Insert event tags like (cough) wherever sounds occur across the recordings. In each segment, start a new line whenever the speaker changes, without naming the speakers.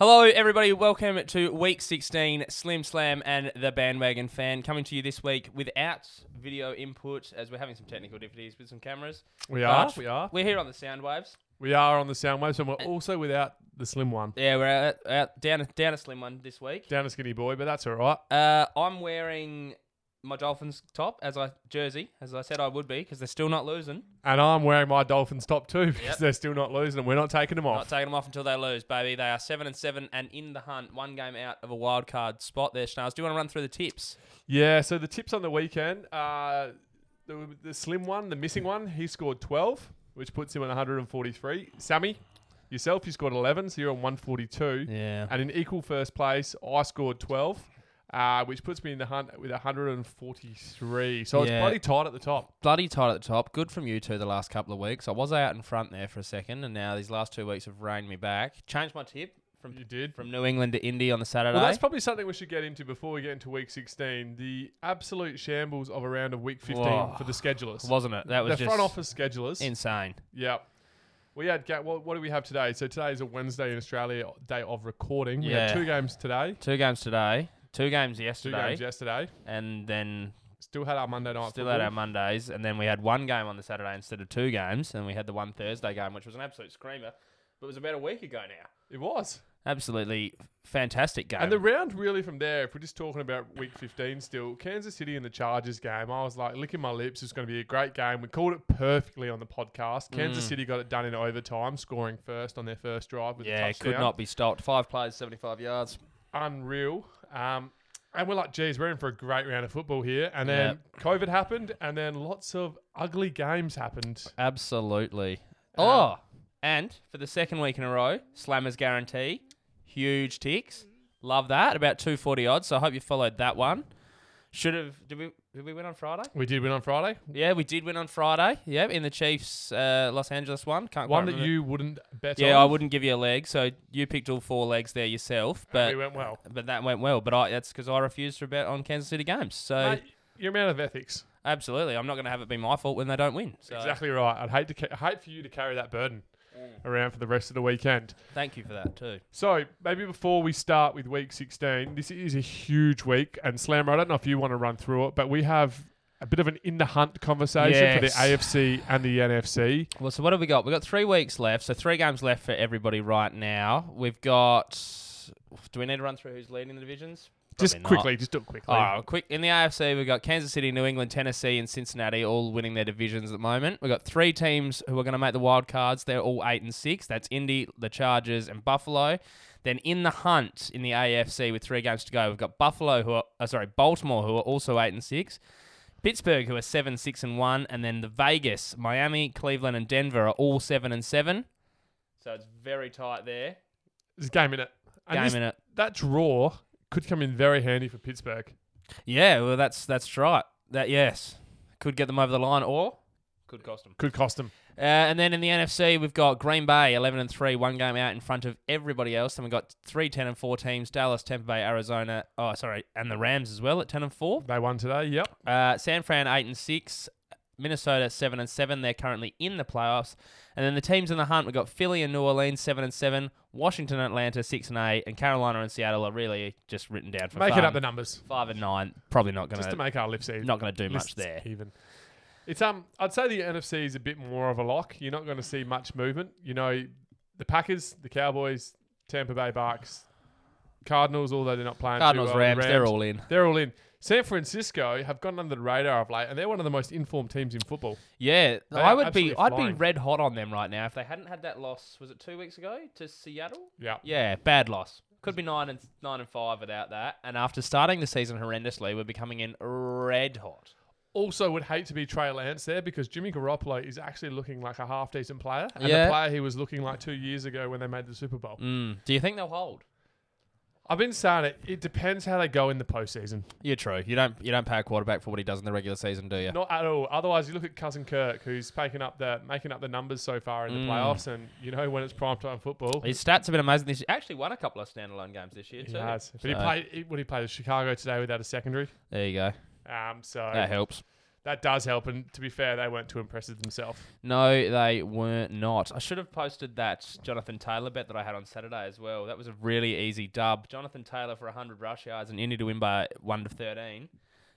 Hello, everybody. Welcome to week 16, Slim Slam and the Bandwagon Fan, coming to you this week without video input, as we're having some technical difficulties with some cameras.
We are.
But
We are.
We're here on the sound waves.
We are on the sound waves, and we're also without the slim one.
Yeah, we're out, out, down, down a slim one this week.
Down a skinny boy, but that's all right.
Uh, I'm wearing my Dolphins top as I jersey, as I said I would be, because they're still not losing.
And I'm wearing my Dolphins top two (laughs) because
Yep.
they're still not losing, and we're not taking them
Not
off.
taking them off until they lose, baby. They are seven and seven and in the hunt, one game out of a wild card spot. There, Schnars. Do you want to run through the tips?
yeah. So the tips on the weekend: uh, the, the slim one, the missing one, he scored 12, which puts him on 143. Sammy, yourself, you scored 11, so you're on 142.
Yeah.
And in equal first place, I scored 12. Uh, which puts me in the hunt with 143.
Yeah.
So it's bloody tight at the top.
bloody tight at the top. Good from you two the last couple of weeks. I was out in front there for a second, and now these last two weeks have reined me back. Changed my tip from
You did.
from New England to Indy on the Saturday.
Well, that's probably something we should get into before we get into week 16. The absolute shambles of a round of week 15
Whoa.
for the schedulers.
wasn't it? That was
the
just
front office schedulers.
insane.
Yep. We had, ga- what, what do we have today? So today is a Wednesday in Australia, day of recording. We had
Yeah.
two games today,
Two games today, two games
two
yesterday,
games yesterday.
and then
Still had our Monday night
still
football.
had our Mondays, and then we had one game on the Saturday instead of two games, and we had the one Thursday game, which was an absolute screamer, but it was about a week ago now.
it was.
Absolutely fantastic game.
And the round really from there, if we're just talking about week 15 still, Kansas City and the Chargers game, I was like licking my lips. It's going to be a great game. We called it perfectly on the podcast.
Mm.
Kansas City got it done in overtime, scoring first on their first drive with
yeah,
a
it
touchdown.
could not be stopped. Five plays, seventy-five yards.
Unreal. Um, and we're like, geez, we're in for a great round of football here. And then COVID happened, and then lots of ugly games happened.
Absolutely.
Um,
oh, and for the second week in a row, Slammers guarantee, huge ticks. Love that. About two forty odds. So I hope you followed that one. Should have. Did we? Did we win on Friday?
We did win on Friday.
Yeah, we did win on Friday. Yeah, in the Chiefs, uh, Los Angeles one. Can't
One
quite
that
remember.
you wouldn't bet on.
Yeah, I wouldn't give you a leg. So you picked all four legs there yourself, but
We went well.
but that went well. But I, that's because I refused to bet on Kansas City games. So
Mate, your amount of ethics.
absolutely, I'm not going to have it be my fault when they don't win. So
Exactly right. I'd hate to ca- hate for you to carry that burden
Mm.
around for the rest of the weekend.
thank you for that too.
So maybe before we start with week 16, this is a huge week, and Slammer, I don't know if you want to run through it, but we have a bit of an in the hunt conversation for the
Yes.
AFC and the NFC.
Well, so what have we got? We've got three weeks left. So three games left for everybody right now. We've got. Do we need to run through who's leading the divisions?
just
Probably not. Oh,
quickly, just do it quickly.
All right, quick. In the AFC, we've got Kansas City, New England, Tennessee, and Cincinnati all winning their divisions at the moment. We've got three teams who are going to make the wild cards. They're all eight and six. That's Indy, the Chargers, and Buffalo. Then in the hunt in the AFC with three games to go, we've got Buffalo who are uh, sorry, Baltimore who are also eight and six. Pittsburgh, who are seven, six, and one, and then the Vegas, Miami, Cleveland, and Denver are all seven and seven. So it's very tight there.
There's a game in it. And
Game
this-
in it.
That draw could come in very handy for Pittsburgh.
Yeah, well, that's that's right. That yes, could get them over the line, or could cost them.
Could cost them.
Uh, and then in the NFC, we've got Green Bay, eleven and three, one game out in front of everybody else. Then we've got three, ten and four teams: Dallas, Tampa Bay, Arizona. Oh, sorry, and the Rams as well at ten and four.
They won today. Yep.
Uh, San Fran eight and six, Minnesota seven and seven. They're currently in the playoffs. And then the teams in the hunt, we've got Philly and New Orleans seven and seven, Washington, Atlanta six and eight, and Carolina and Seattle are really just written down for
Make
fun.
it up the numbers
five and nine. Probably not
just to
gonna
make our lips even.
not gonna do much
lists
there.
Even. It's um, I'd say the NFC is a bit more of a lock. You're not going to see much movement. You know, the Packers, the Cowboys, Tampa Bay Bucks, Cardinals. Although they're not playing. too
Cardinals,
well, the
Rams, they're all in.
They're all in. San Francisco have gone under the radar of late, and they're one of the most informed teams in football.
Yeah,
They
I
are
would be.
absolutely
I'd be
flying.
red hot on them right now if they hadn't had that loss. Was it two weeks ago to Seattle?
Yeah.
Yeah, bad loss. Could be nine and nine and five without that. And after starting the season horrendously, we're becoming in red hot.
Also, would hate to be Trey Lance there because Jimmy Garoppolo is actually looking like a half decent player, and
Yeah.
the player he was looking like two years ago when they made the Super Bowl.
Mm. Do you think they'll hold?
I've been saying it. It depends how they go in the postseason.
You're true. You don't. You don't pay a quarterback for what he does in the regular season, do you?
Not at all. Otherwise, you look at cousin Kirk, who's making up the making up the numbers so far in the
Mm.
playoffs, and you know when it's prime time football.
His stats have been amazing this year. Actually, won a couple of standalone games this year
He
too.
has. But he
So-
played. He, what he played Chicago today without a secondary.
There you go.
Um. So
That helps.
that does help. And to be fair, they weren't too impressive themselves.
No, they weren't not. I should have posted that Jonathan Taylor bet that I had on Saturday as well. That was a really easy dub. Jonathan Taylor for 100 rush yards and Indy to win by 1 to 13.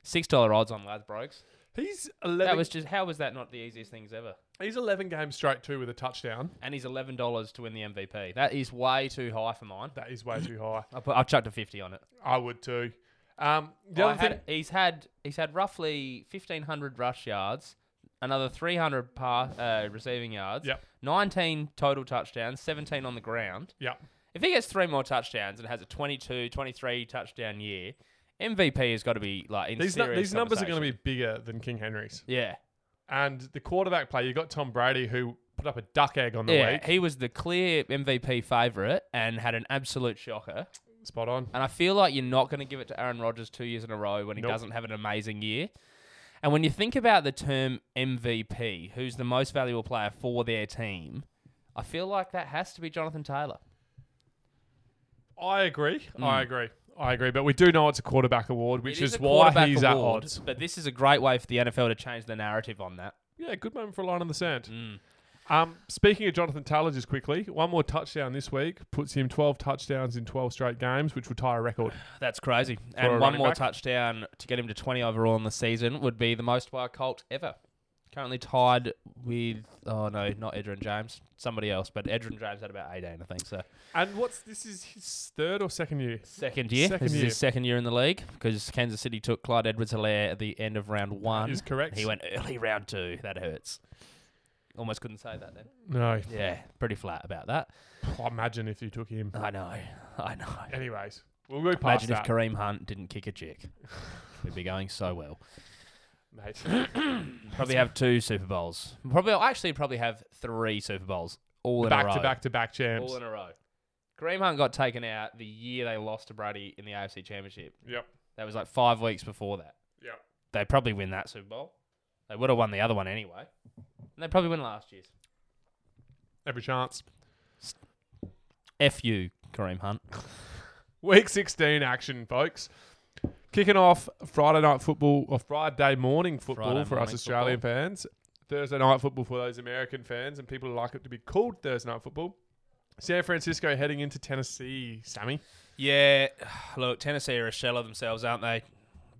$6 odds on lads, brokes.
He's eleven.
That was just, how was that not the easiest things ever?
(laughs) he's eleven games straight too with a touchdown.
And he's $11 to win the MVP. That is way too high for mine.
That
(laughs)
is way too high.
I put, I've chucked a 50 on it.
I would too. Um, the
I
other
had,
thing,
he's had he's had roughly 1500 rush yards, another 300 pass uh, receiving yards,
Yep.
19 total touchdowns, 17 on the ground.
yeah,
If he gets three more touchdowns and has a 22, 23 touchdown year, MVP has got to be like in
these nu-
serious
these numbers are going to
conversation.
be bigger than King Henry's.
yeah
And the quarterback play, you got Tom Brady who put up a duck egg on the
yeah.
week.
He was the clear MVP favorite and had an absolute shocker.
Spot on.
And I feel like you're not going to give it to Aaron Rodgers two years in a row when he
Nope.
doesn't have an amazing year. And when you think about the term MVP, who's the most valuable player for their team, I feel like that has to be Jonathan Taylor.
I agree. I agree. I agree. But we do know it's a quarterback award, which
It
Hmm. is,
a
why
quarterback
he's
award,
at odds.
But this is a great way for the NFL to change the narrative on that.
Yeah, good moment for a line on the sand. Um, speaking of Jonathan Taylor, just quickly, one more touchdown this week puts him 12 touchdowns in 12 straight games, which will tie a record.
That's crazy.
a
And one
running
more
back.
touchdown to get him to 20 overall in the season would be the most by a Colt ever. Currently tied with, oh no, not Edrin James, somebody else, but Edrin James had about 18, I think. So
(sighs) And what's this is his third or second year?
Second year.
Second
this is
year.
his second year in the league because Kansas City took Clyde Edwards Hilaire at the end of round one.
Is correct.
He went early round two. That hurts. Almost couldn't say that then.
(laughs) No,
Yeah, pretty flat about that.
I imagine if you took him.
I know. I know.
Anyways, we'll go past
Imagine if
that.
Kareem Hunt didn't kick a
(laughs)
chick. We'd be going so well.
Mate.
Probably have two Super Bowls. Probably, actually, probably have three Super Bowls all in a
back
row.
to back to back champs.
All in a row. Kareem Hunt got taken out the year they lost to Brady in the AFC Championship.
Yep.
That was like five weeks before that.
Yep.
they probably win that Super Bowl. They would have won the other one anyway. And they probably win last year's.
Every chance.
F you, Kareem Hunt.
Week 16 action, folks. Kicking off Friday night football or Friday morning football
Friday
for us
morning
Australian fans. Thursday night football for those American fans and people who like it to be called Thursday night football. San Francisco heading into Tennessee, Sammy.
Yeah, (sighs) look, Tennessee are a shell of themselves, aren't they?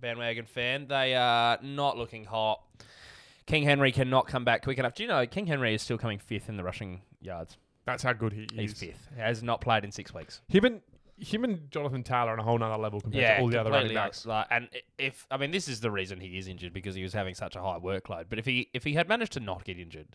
Bandwagon fan. They are not looking hot. King Henry cannot come back quick enough. Do you know King Henry is still coming fifth in the rushing yards?
That's how good he is.
He's fifth. Has not played in six weeks.
Him and, him and Jonathan Taylor on a whole nother level compared to all the other running
completely
backs.
else- Like, and i- if I mean, this is the reason he is injured because he was having such a high workload. But if he if he had managed to not get injured,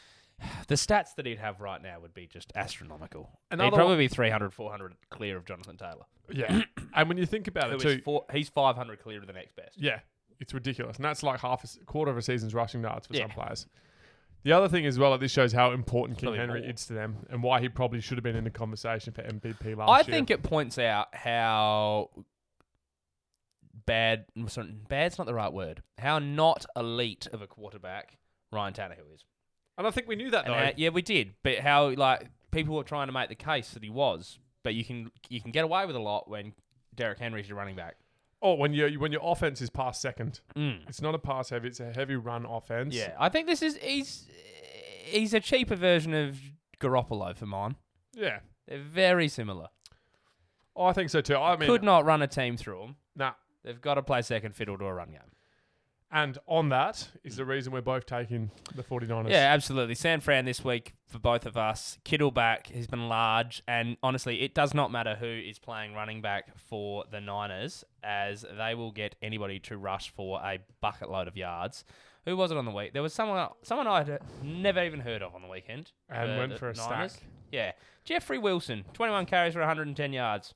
(sighs) the stats that he'd have right now would be just astronomical.
Another
he'd probably be 300, 400 clear of Jonathan Taylor.
Yeah.
(coughs)
and when you think about
Who
it,
is
too,
four, he's five hundred clear of the next best.
Yeah, it's ridiculous, and that's like half a s- quarter of a season's rushing yards for some
Yeah.
players. The other thing as well, like, this shows how important King
Probably
Henry
more.
is to them, and why he probably should have been in the conversation for MVP last
I
year.
think it points out how bad sorry, bad's not the right word. How not elite of a quarterback Ryan Tannehill is.
and I think we knew that
And uh,
though.
how- yeah, we did. But how like people were trying to make the case that he was, but you can you can get away with a lot when Derrick Henry's your running back.
oh, when you when your offense is past second,
Mm.
it's not a pass heavy; it's a heavy run offense.
Yeah, I think this is he's he's a cheaper version of Garoppolo for mine.
yeah, Oh,
They're very similar.
I think so too. I mean,
Could not run a team through them.
nah.
They've got to play second fiddle to a run game.
And on that is the reason we're both taking the 49ers.
Yeah, absolutely. San Fran this week for both of us. Kittle back. He's been large. And honestly, it does not matter who is playing running back for the Niners, as they will get anybody to rush for a bucket load of yards. Who was it on the week? There was someone someone I'd never even heard of on Uh, the weekend.
And went for a stack.
Yeah. Jeffrey Wilson, 21 carries for 110 yards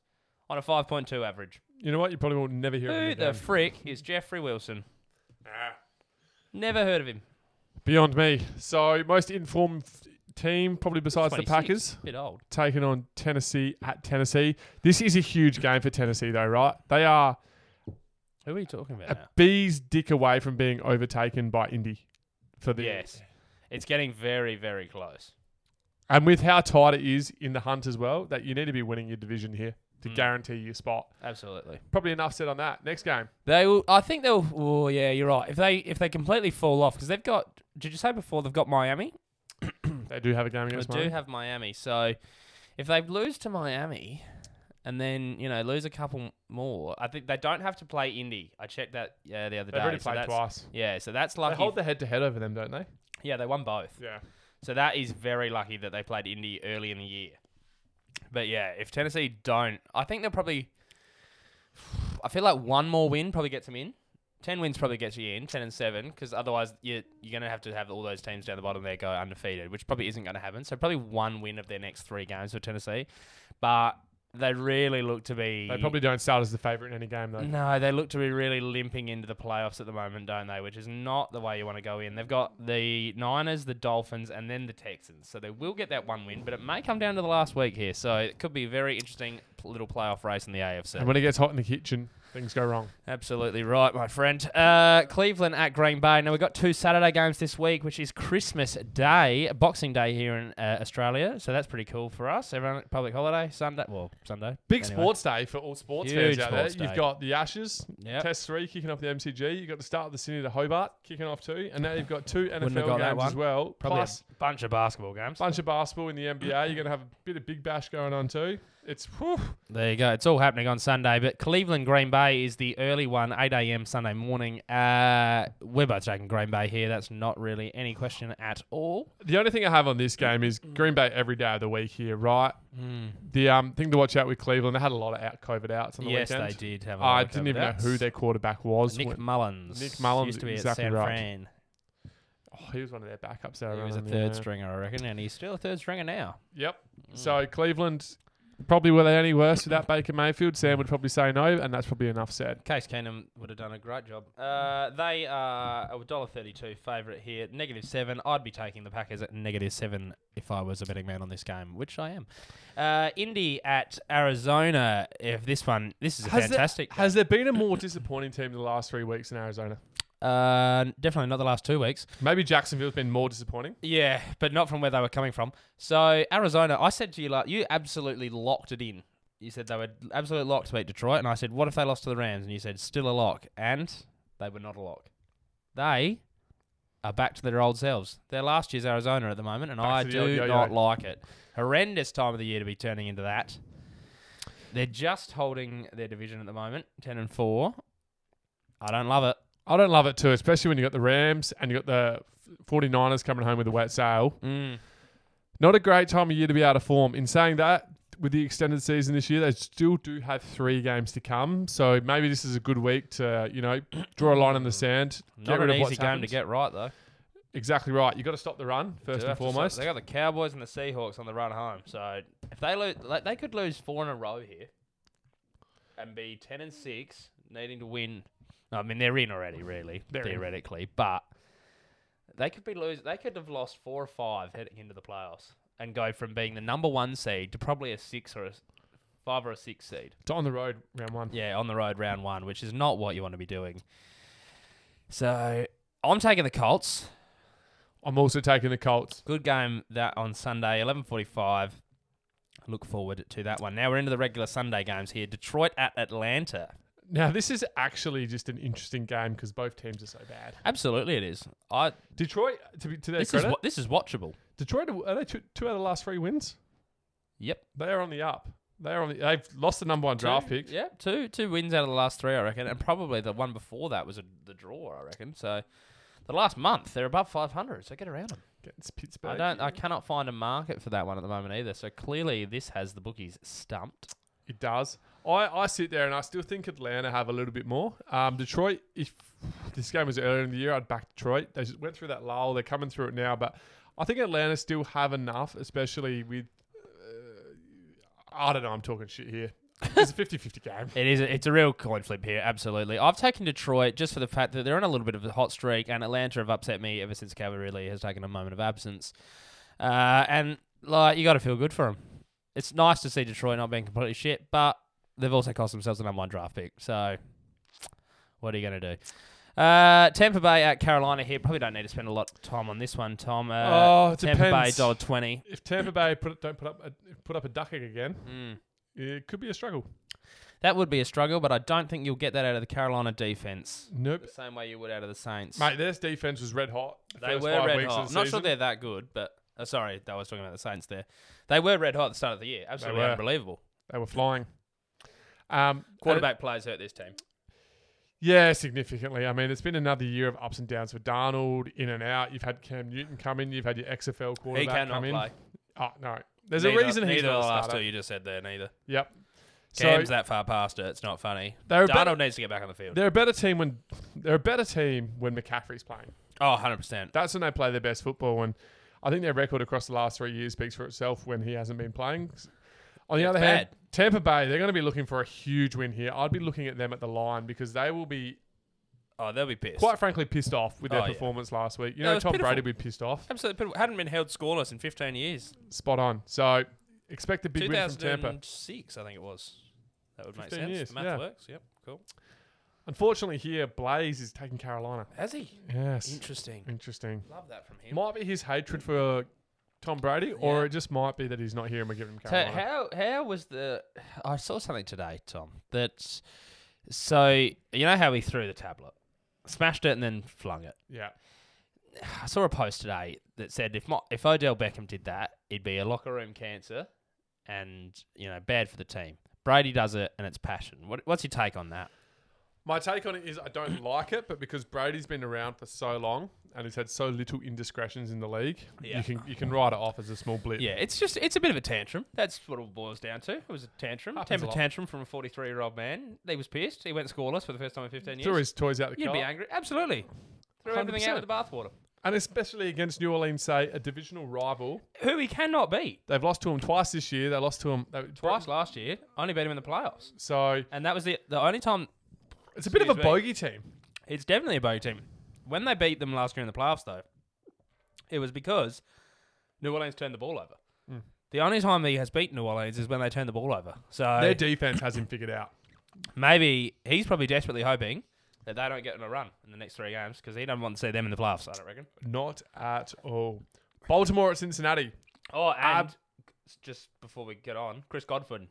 on a 5.2 average.
You know what? You probably will never hear of
Who
it
the
again.
frick is Jeffrey Wilson?
Ah.
Never heard of him.
Beyond me. So most informed team, probably besides the
26.
Packers.
Bit old.
taking on Tennessee at Tennessee. This is a huge game for Tennessee, though, right? They are
Who are you talking about
a
now?
bee's dick away from being overtaken by Indy for the
Yes. It's getting very, very close.
And with how tight it is in the hunt as well, that you need to be winning your division here to
Mm.
guarantee your spot.
Absolutely.
Probably enough said on that. Next game. (clears throat)
They will. I think they'll. Oh yeah, you're right. If they if they completely fall off because they've got. Did you say before they've got Miami?
They do have a game
They
against
do
Miami.
have Miami. So if they lose to Miami, and then you know lose a couple more, I think they don't have to play Indy. I checked that yeah the other
They've
day.
already
So
played
that's-
twice.
Yeah, so that's lucky.
They hold the head to head over them, don't they?
yeah, they won both.
Yeah.
So that is very lucky that they played Indy early in the year. But yeah, if Tennessee don't, I think they'll probably. I feel like one more win probably gets them in. Ten wins probably gets you in, ten and seven, because otherwise you're, you're going to have to have all those teams down the bottom there go undefeated, which probably isn't going to happen. So probably one win of their next three games for Tennessee, but they really look to be.
They probably don't start as the favourite in any game though.
No, they look to be really limping into the playoffs at the moment, don't they? Which is not the way you want to go in. They've got the Niners, the Dolphins, and then the Texans. So they will get that one win, but it may come down to the last week here. So it could be a very interesting pl- little playoff race in the
And
AFC.
when it gets hot in the kitchen, things go wrong.
Absolutely right, my friend. Uh, Cleveland at Green Bay. Now, we've got two Saturday games this week, which is Christmas Day, Boxing Day here in uh, Australia. So that's pretty cool for us. Everyone, public holiday, Sunday. Well, Sunday.
Big
Anyway.
sports day for all sports
Huge
fans out
sports
there.
day.
You've got the Ashes,
Yep.
Test three kicking off the MCG. You've got the start of the Sydney to Hobart kicking off too, and now you've got two
have
NFL
got that
games as
one.
well.
Probably
Plus,
a bunch of basketball games.
bunch of basketball in the NBA. You're going to have a bit of big bash going on too. It's whew,
There you go. It's all happening on Sunday, but Cleveland Green Bay is the early one, 8 a.m. Sunday morning. Uh, we're both taking Green Bay here. That's not really any question at all.
the only thing I have on this game is
Mm.
Green Bay every day of the week here, right? The um, thing to watch out with Cleveland, they had a lot of out COVID outs on the
Yes,
weekend.
they did have. a
I
look
didn't
over
even know
that.
who their quarterback was.
Nick Mullins.
Nick Mullins,
used to be
exactly
at San
right.
Fran.
oh, he was one of their backups. there.
He was a third Mm. stringer, I reckon, and he's still a third stringer now.
Yep. So Cleveland probably were they any worse without Baker Mayfield. Sam would probably say no, and that's probably enough said.
Case Keenum would have done a great job. Uh, they are a dollar thirty-two favourite here, negative seven. I'd be taking the Packers at negative seven if I was a betting man on this game, which I am. Uh, Indy at Arizona. If this one, this is a
Has there-
fantastic.
Has there been a more disappointing team in the last three weeks in Arizona?
uh, definitely not the last two weeks.
Maybe Jacksonville's been more disappointing.
Yeah, but not from where they were coming from. So Arizona, I said to you, like, you absolutely locked it in. You said they were absolute lock to beat Detroit, and I said, what if they lost to the Rams? And you said, still a lock, and they were not a lock. They are back to their old selves. They're last year's Arizona at the moment, and
Back
I
to the old
do
yo-yo.
not like it. Horrendous time of the year to be turning into that. They're just holding their division at the moment, ten and four. I don't love it.
I don't love it too, especially when you got the Rams and you got the 49ers coming home with a wet sail.
Mm.
Not a great time of year to be out of form. In saying that, with the extended season this year, they still do have three games to come. So maybe this is a good week to, you know, (clears throat) draw a line in the sand.
Not an easy game to
happened.
get right though.
Exactly right. you got to stop the run, first
Do
and
have to stop-
foremost.
They got the Cowboys and the Seahawks on the run home. So if they lose, like, they could lose four in a row here, and be ten and six, needing to win. No, I mean (laughs) they're in already, really
They're in.
theoretically, but they could be lose. They could have lost four or five heading into the playoffs and go from being the number one seed to probably a six or a s- five or a six seed.
It's on the road, round one.
Yeah, on the road round one, which is not what you want to be doing. So I'm taking the Colts.
I'm also taking the Colts.
Good game that on Sunday, eleven forty-five. Look forward to that one. Now we're into the regular Sunday games here. Detroit at Atlanta.
Now, this is actually just an interesting game because both teams are so bad.
Absolutely, it is. I
Detroit, to, be, to their
this is
credit,
what this is watchable.
Detroit, are they two, two out of the last three wins?
Yep.
They are on the up. They are on the, they've lost the number one draft
two,
pick.
Yeah, two two wins out of the last three, I reckon, and probably the one before that was a, the draw, I reckon. So the last month they're above five hundred, so get around them.
Against
I
Pittsburgh.
don't. I cannot find a market for that one at the moment either. So clearly this has the bookies stumped.
It does. I, I sit there and I still think Atlanta have a little bit more. Um, Detroit, if this game was earlier in the year, I'd back Detroit. They just went through that lull. They're coming through it now, but I think Atlanta still have enough, especially with. Uh, I don't know. I'm talking shit here. It's a 50 50 game.
It is. It's a real coin flip here. Absolutely. I've taken Detroit just for the fact that they're on a little bit of a hot streak, and Atlanta have upset me ever since Cavalier has taken a moment of absence. Uh, and like, you got to feel good for them. It's nice to see Detroit not being completely shit, but they've also cost themselves a number one draft pick. So, what are you going to do? Uh, Tampa Bay at Carolina here. Probably don't need to spend a lot of time on this one, Tom. (laughs) Uh,
oh, it
Tampa Bay
depends.
dollar twenty.
if Tampa Bay put, don't put up a, put up a duck egg again,
Mm.
it could be a struggle.
That would be a struggle, but I don't think you'll get that out of the Carolina defense.
Nope.
The same way you would out of the Saints.
Mate, their defense was red hot. the
they
first
were
five
red
weeks of
hot.
the
I'm not sure
season.
they're that good, but uh, sorry, I was talking about the Saints there. They were red hot at the start of the year. Absolutely
were.
unbelievable.
They were flying. Um,
Quarterback plays hurt this team.
Yeah, significantly. I mean, it's been another year of ups and downs for Darnold, in and out. You've had Cam Newton come in. You've had your XFL
He
quarterback
cannot
come in.
play.
Oh, no. There's
Neither-
a reason he's
neither
not
of
a
the last
starter.
two you just said there. Neither.
Yep.
Cam's that far past it. It's not funny.
they're a, better,
Darnold needs to get back on the field.
they're a better team when they're a better team when McCaffrey's playing.
Oh, 100%.
That's when they play their best football, and I think their record across the last three years speaks for itself when he hasn't been playing. On the
It's
other hand, Tampa Bay, they're going to be looking for a huge win here. I'd be looking at them at the line because they will be
Oh, they'll be pissed.
quite frankly pissed off with their
Oh, yeah.
performance last week. You
No, it
know,
was
Tom
pitiful.
Brady would be pissed off.
Absolutely. pitiful. Hadn't been held scoreless in 15 years.
Spot on. So expect a big win from Tampa.
2006, I think it was. That would make
15
sense.
years,
the math
yeah.
works. Yep. Cool.
Unfortunately, here Blaze is taking Carolina.
Has he?
Yes,
Interesting.
Mm. interesting.
Love that from him.
Might be his hatred for Tom Brady, or
Yeah.
it just might be that he's not here and we're giving him
So
Carolina.
how how was the? (sighs) I saw something today, Tom. That so you know how he threw the tablet, smashed it, and then flung it.
yeah,
I saw a post today that said if my, if Odell Beckham did that, it'd be a locker room cancer, and you know bad for the team. Brady does it, and it's passion. What, what's your take on that?
My take on it is I don't (coughs) like it, but because Brady's been around for so long and he's had so little indiscretions in the league,
Yeah.
you can you can write it off as a small blip.
Yeah, it's just it's a bit of a tantrum. That's what it boils down to. It was a tantrum,
Happens
temper
a lot.
tantrum from a 43 year old man. He was pissed. He went scoreless for the first time in 15 years.
Threw his toys out the
You'd
car.
be angry, absolutely. Threw everything out
100%.
with the bathwater.
And especially against New Orleans, say, a divisional rival.
Who he cannot beat.
They've lost to him twice this year. They lost to him they-
Twice last year, only beat him in the playoffs,
So
and that was the the only time.
it's a bit of a
Excuse me.
bogey team.
It's definitely a bogey team. When they beat them last year in the playoffs, though, it was because New Orleans turned the ball over.
Mm.
The only time he has beaten New Orleans is when they turned the ball over. So
Their defense has him figured out.
maybe he's probably desperately hoping that they don't get in a run in the next three games because he doesn't want to see them in the playoffs. I don't reckon.
Not at all. Baltimore at Cincinnati.
Oh, and
Ab-
just before we get on, Chris Godwin,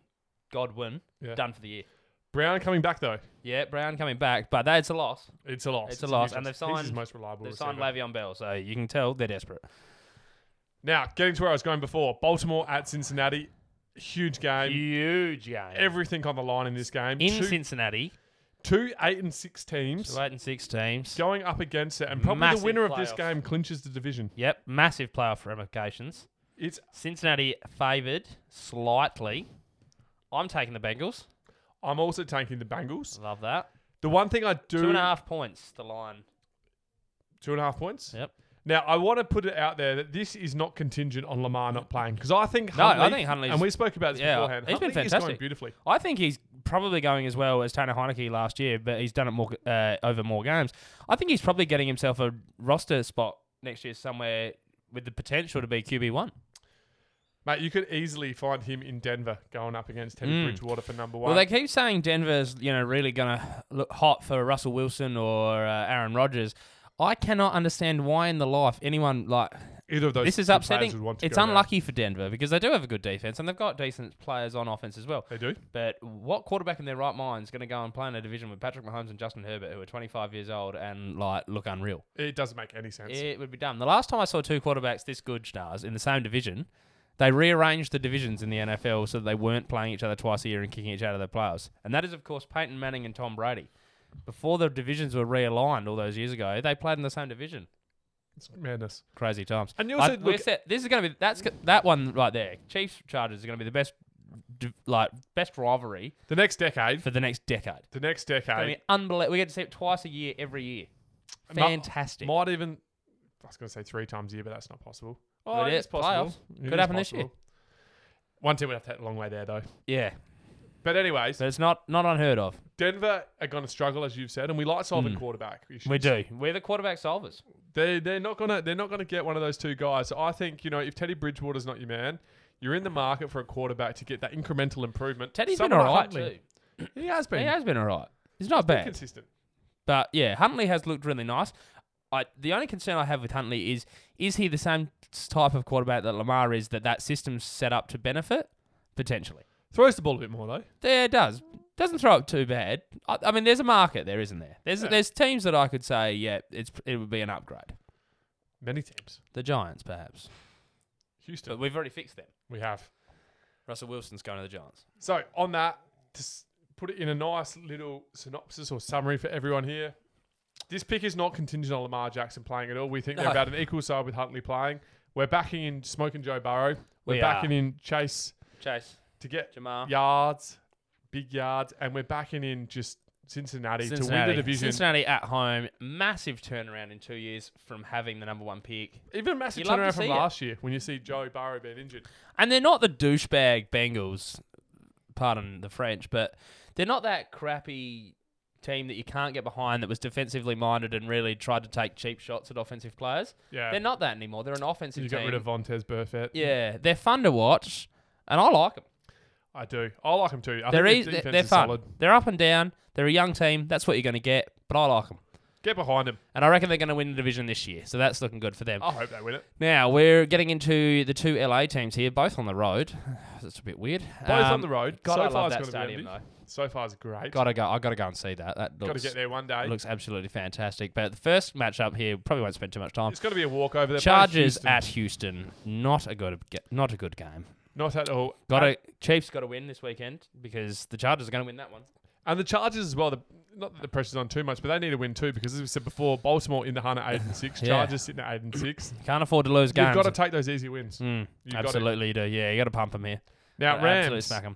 Godwin,
Yeah.
done for the year.
Brown coming back though.
Yeah, Brown coming back, but that's a loss.
It's a loss.
It's a loss,
huge
and they've
He's his
signed-
most reliable.
They signed
receiver.
Le'Veon Bell, so you can tell they're desperate.
Now, getting to where I was going before, Baltimore at Cincinnati, huge game.
Huge game
Everything on the line in this game.
in
two,
Cincinnati.
two eight and six teams
So eight and six teams.
going up against it, and probably
Massive
the winner of this
playoffs.
game clinches the division.
Yep, massive playoff ramifications.
It's
Cincinnati favoured slightly. I'm taking the Bengals.
I'm also taking the Bengals.
Love that.
The one thing I do
Two and a half points. The line.
two and a half points.
Yep.
Now I want to put it out there that this is not contingent on Lamar not playing because I think
No, I
Huntley,
think Huntley's-
and we spoke about this
yeah, he's
beforehand.
been
Huntley is going
fantastic.
beautifully.
I think he's probably going as well as Tanner Heineke last year, but he's done it more uh, over more games. I think he's probably getting himself a roster spot next year somewhere with the potential to be QB one.
Mate, you could easily find him in Denver going up against Teddy
Mm.
Bridgewater for number one.
Well, they keep saying Denver's you know really gonna look hot for Russell Wilson or uh, Aaron Rodgers. I cannot understand why in the life anyone like
Either of those
this is
two players would
upsetting.
want to
It's
go there.
unlucky for Denver because they do have a good defense and they've got decent players on offense as well.
They do.
But what quarterback in their right mind is going to go and play in a division with Patrick Mahomes and Justin Herbert, who are 25 years old and like look unreal?
It doesn't make any sense.
It would be dumb. The last time I saw two quarterbacks this good, stars in the same division, they rearranged the divisions in the NFL so that they weren't playing each other twice a year and kicking each other out of the playoffs. And that is, of course, Peyton Manning and Tom Brady. Before the divisions were realigned all those years ago, they played in the same division.
It's madness.
Crazy times.
And you
I-
also
we're
look,
set- this is going to be that's go- that one right there. Chiefs Chargers are going to be the best, div- like best rivalry
the next decade.
for the next decade.
The next
I
decade
mean, unbelievable. We get to see it twice a year, every year.
Ma-
Fantastic.
might even. I was going to say three times a year, but that's not possible. Oh,
But
it
it-
is possible.
playoffs.
It
Could
is
happen this year.
possible. One team would have to take a long way there, though.
yeah,
But anyways,
so it's not not unheard of.
Denver are going to struggle, as you've said, and we like solving
Mm.
quarterback. issues.
We do. We're the quarterback solvers.
They they're not gonna they're not gonna get one of those two guys. So I think you know if Teddy Bridgewater's not your man, you're in the market for a quarterback to get that incremental improvement.
Teddy's
Someone
been
like
all right
Huntley.
too.
He has been
He has been all right. He's not bad,
consistent.
But yeah, Huntley has looked really nice. I, the only concern I have with Huntley is is he the same type of quarterback that Lamar is that that system's set up to benefit potentially?
Throws the ball a bit more though.
There it does doesn't throw up too bad. I, I mean, there's a market there, isn't there? There's
Yeah.
there's teams that I could say yeah, it's it would be an upgrade.
Many teams.
The Giants perhaps,
Houston.
but we've already fixed them.
We have.
Russell Wilson's going to the Giants.
So on that, to s- put it in a nice little synopsis or summary for everyone here. This pick is not contingent on Lamar Jackson playing at all. We think
No.
they're about an equal side with Huntley playing. We're backing in smoking Joe Burrow. We're
We are.
backing in Chase
Chase,
to get
Jamal,
yards, big yards, and we're backing in just Cincinnati, to win
Cincinnati.
the division.
Cincinnati at home, massive turnaround in two years from having the number one pick,
Even a massive
You love to
turnaround from
see it.
last year when you see Joe Burrow being injured.
and they're not the douchebag Bengals, pardon the French, but they're not that crappy team that you can't get behind that was defensively minded and really tried to take cheap shots at offensive players.
Yeah.
They're not that anymore. They're an offensive
you
team.
got rid of Vontez Burfett.
yeah, they're fun to watch, and I like them.
I do. I like him too. I
They're
think
easy,
their
they're
defense
they're fun.
is solid.
They're up and down. They're a young team. That's what you're going to get. But I like them,
Get behind him.
and I reckon they're going to win the division this year. So that's looking good for them.
I hope they win it.
Now we're getting into the two LA teams here, both on the road. (sighs) That's a bit weird.
Both on
Um,
the road.
God,
so
I
far's
love that
gonna be
stadium
empty.
though.
So far's great.
Gotta go. I gotta go and see that. That
Got to
looks
get there one day.
looks absolutely fantastic. But the first matchup here probably won't spend too much time.
It's got to be a walkover. They're playing
Chargers
Houston.
at Houston. Not a good. ge- Not a good game.
not at all.
Got to Chiefs got to win this weekend because the Chargers are going to win that one.
And the Chargers as well. The, not that the pressure's on too much, but they need to win too because as we said before, Baltimore in the hunt at eight and six.
(laughs) Yeah.
Chargers sitting at eight and six.
Can't afford to lose
You've
games.
got to take those easy wins.
Mm,
You've gotta-
absolutely, you do. Yeah, you got to pump them here.
Now
Gotta absolutely
Rams
smack 'em.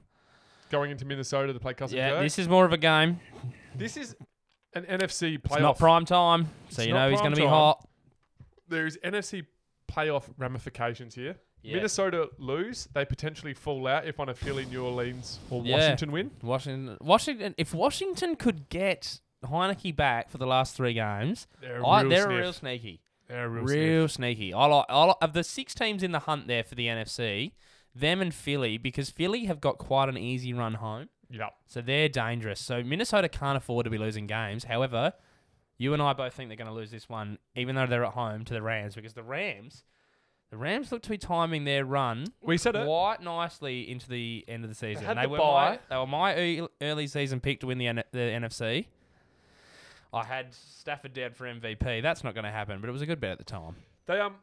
going into Minnesota to play Cousin
Yeah,
Kirk.
this is more of a game.
This is an NFC
It's not
playoff.
prime time, so
It's
you
not
know he's
prime
going to be
time.
hot.
There's NFC playoff ramifications here.
Yeah.
Minnesota lose, they potentially fall out if on a Philly, New Orleans, or
Yeah.
Washington win.
Washington, Washington. If Washington could get Heineke back for the last three games,
They're a
I,
real
they're
sniff.
a real sneaky,
They're a real,
real,
sniff.
sneaky. I like, I like of the six teams in the hunt there for the NFC, them and Philly because Philly have got quite an easy run home,
Yeah.
so they're dangerous. So Minnesota can't afford to be losing games. However, you and I both think they're going to lose this one, even though they're at home to the Rams because the Rams, the Rams look to be timing their run
We said it.
quite nicely into the end of the season.
had
They,
the
were
bye.
my, they were my ear- early season pick to win the, N- the NFC. I had Stafford down for MVP. That's not going to happen, but it was a good bet at the time.
They um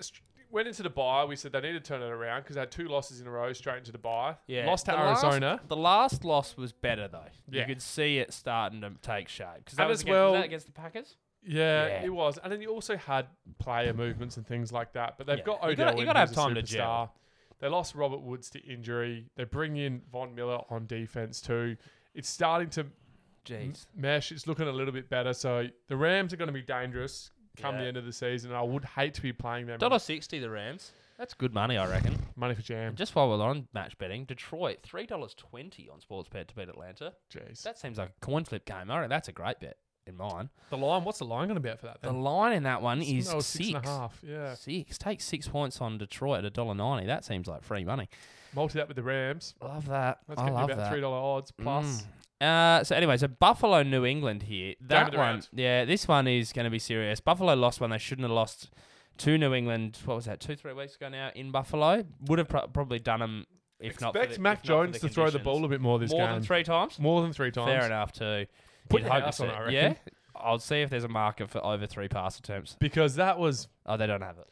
st- went into the bye. We said they need to turn it around because they had two losses in a row straight into the bye.
Yeah,
Lost to
the last-
Arizona.
the last loss was better though.
Yeah.
You could see it starting to take shape because
And
that was
as
against, was
well-
that against the Packers.
yeah,
Yeah.
it was. And then you also had player movements and things like that. But they've
Yeah.
got Odell.
You gotta- you
in,
gotta
who's
have
a
time to
superstar.
gel.
They lost Robert Woods to injury. They bring in Von Miller on defense too. It's starting to Mm-hmm.
Jeez.
mesh. It's looking a little bit better. So the Rams are going to be dangerous come the
Yeah.
end of the season. I would hate to be playing them.
Dollar sixty the Rams. That's good money, I reckon.
Money for jam.
and just while we're on match betting, Detroit three dollars twenty on Sportsbet to beat Atlanta.
Jeez.
That seems like a coin flip game. I reckon that's a great bet in mine.
The line. What's the line going to be out for that?
The
Then?
line in that one is
No,
six.
six and a half. Yeah.
Six. Take six points on Detroit at a dollar ninety. That seems like free money.
Multi that with the Rams.
Love that.
That's
I
going to
love
be about
that.
three dollar odds plus.
Mm. Uh, so anyway, so Buffalo, New England here.
of
That
the
one,
round.
yeah, this one is going to be serious. Buffalo lost one they shouldn't have lost to New England. What was that? Two, three weeks ago now in Buffalo. Would have pro- probably done them if not.
Expect
for the,
Mac
if not for
Jones to throw the
conditions.
ball a bit more this
more
game.
than three times.
More than three times.
Fair enough too.
Put
You'd
your
hope
house
to
on it,
see-
I reckon.
Yeah. I'll see if there's a market for over three pass attempts.
Because that was,
Oh, they don't have it.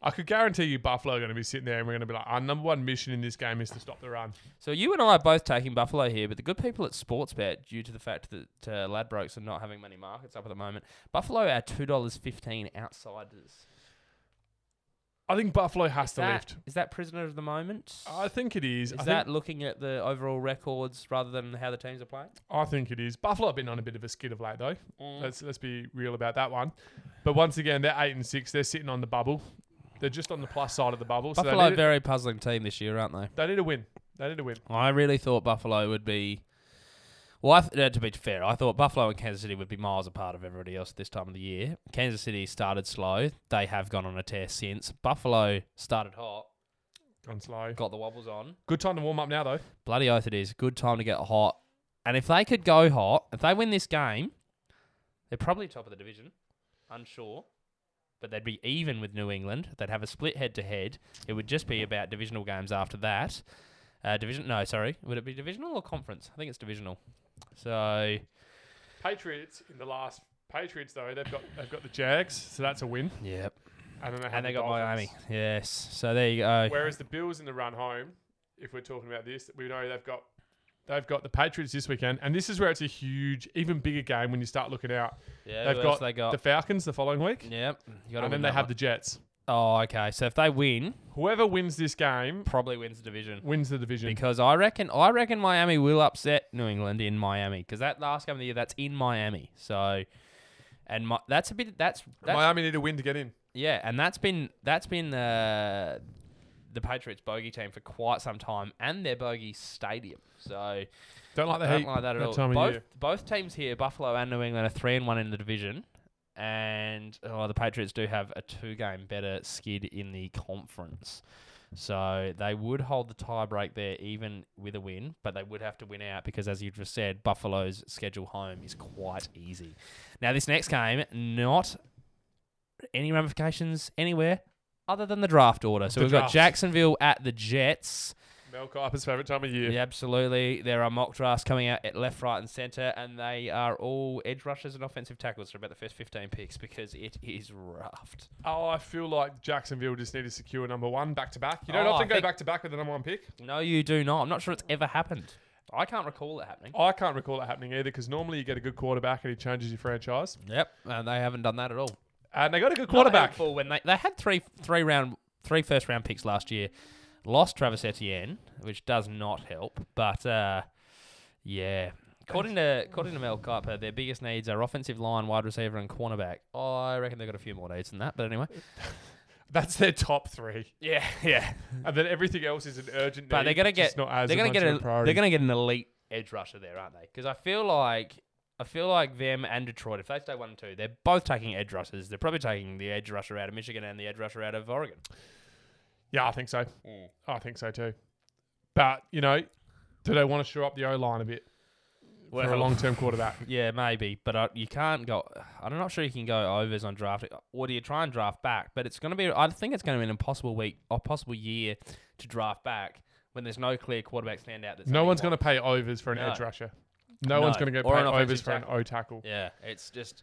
I could guarantee you, Buffalo are going to be sitting there and we're going to be like, our number one mission in this game is to stop the run.
So you and I are both taking Buffalo here, but the good people at Sportsbet, due to the fact that uh, Ladbrokes are not having many markets up at the moment, Buffalo are two dollars fifteen outsiders.
I think Buffalo has to
that,
lift.
Is that prisoner of the moment?
I think it is.
is
I,
that
think,
looking at the overall records rather than how the teams are playing?
I think it is. Buffalo have been on a bit of a skid of late, though.
Mm.
Let's let's be real about that one. But once again, they're eight and six. They're sitting on the bubble. They're just on the plus side of the bubble. So they
Buffalo,
need, a-
very puzzling team this year, aren't they?
they need a win. They need a win.
I really thought Buffalo would be. Well, I th- uh, to be fair, I thought Buffalo and Kansas City would be miles apart of everybody else this time of the year. Kansas City started slow; they have gone on a tear since. Buffalo started hot,
Gone slow.
got the wobbles on.
Good time to warm up now, though.
Bloody oath it is. Good time to get hot. And if they could go hot, if they win this game, they're probably top of the division. Unsure. But they'd be even with New England. They'd have a split head to head. It would just be about divisional games after that. Uh, division no, sorry. Would it be divisional or conference? I think it's divisional. So
Patriots in the last Patriots though they've got they've got the Jags, so that's a win.
Yep.
I don't know how
And
the
they got
Dolphins-
Miami. Yes. So there you go.
Whereas the Bills in the run home, if we're talking about this, we know they've got they've got the Patriots this weekend, and this is where it's a huge, even bigger game when you start looking out.
yeah,
they've
who else
got,
they got
the Falcons the following week,
Yep. Uh, You gotta
and then
win
they
that
have
one.
the Jets.
Oh, okay. So if they win,
Whoever wins this game
probably wins the division.
wins the division.
Because I reckon I reckon Miami will upset New England in Miami because that last game of the year that's in Miami. So and my, that's a bit that's, that's
Miami need a win to get in.
yeah, and that's been that's been uh, the Patriots bogey team for quite some time and their bogey stadium. So
Don't like the
I don't
heat.
like that at all.
time of
both
year.
both teams here, Buffalo and New England, are three and one in the division, and oh, the Patriots do have a two game better skid in the conference. So they would hold the tiebreak there, even with a win, but they would have to win out because, as you just said, Buffalo's schedule home is quite easy. Now, this next game, not any ramifications anywhere other than the draft order. So
The
we've got
draft.
Jacksonville at the Jets.
Mel Kiper's favorite time of year.
Yeah, absolutely. There are mock drafts coming out at left, right, and centre, and they are all edge rushers and offensive tackles for about the first 15 picks because it is roughed.
Oh, I feel like Jacksonville just need to secure number one back to back. You don't
Oh, I
often go
think-
back to back with the number one pick.
No, you do not. I'm not sure it's ever happened. I can't recall it happening.
I can't recall it happening either because normally you get a good quarterback and he changes your franchise.
Yep, and they haven't done that at all.
And they got a good quarterback.
Not helpful When they, they had three three round three first round picks last year, lost Travis Etienne, which does not help. But uh, yeah, according to according to Mel Kiper, their biggest needs are offensive line, wide receiver, and cornerback. Oh, I reckon they've got a few more needs than that. But anyway,
That's their top three.
yeah, (laughs) yeah,
And then everything else is an urgent
But
need.
they're gonna
it's just
get-
not as
they're gonna
much
get
of
a,
a priority.
they're gonna get an elite edge rusher there, aren't they? Because I feel like I feel like them and Detroit, if they stay one and two, they're both taking edge rushers. They're probably taking the edge rusher out of Michigan and the edge rusher out of Oregon.
yeah, I think so.
Mm.
I think so too. But you know, do they want to shore up the O line a bit for a long term quarterback?
Yeah, maybe, but uh, you can't go. (sighs) I'm not sure you can go overs on draft, or do you try and draft back? But it's going to be. I think it's going to be an impossible week or possible year to draft back when there's no clear quarterback standout. (laughs) That's
no one's going to pay overs for an
No.
edge rusher. No, one's
No.
going to go
Or
pay
an
overs
offensive
for an O tackle.
Yeah, it's just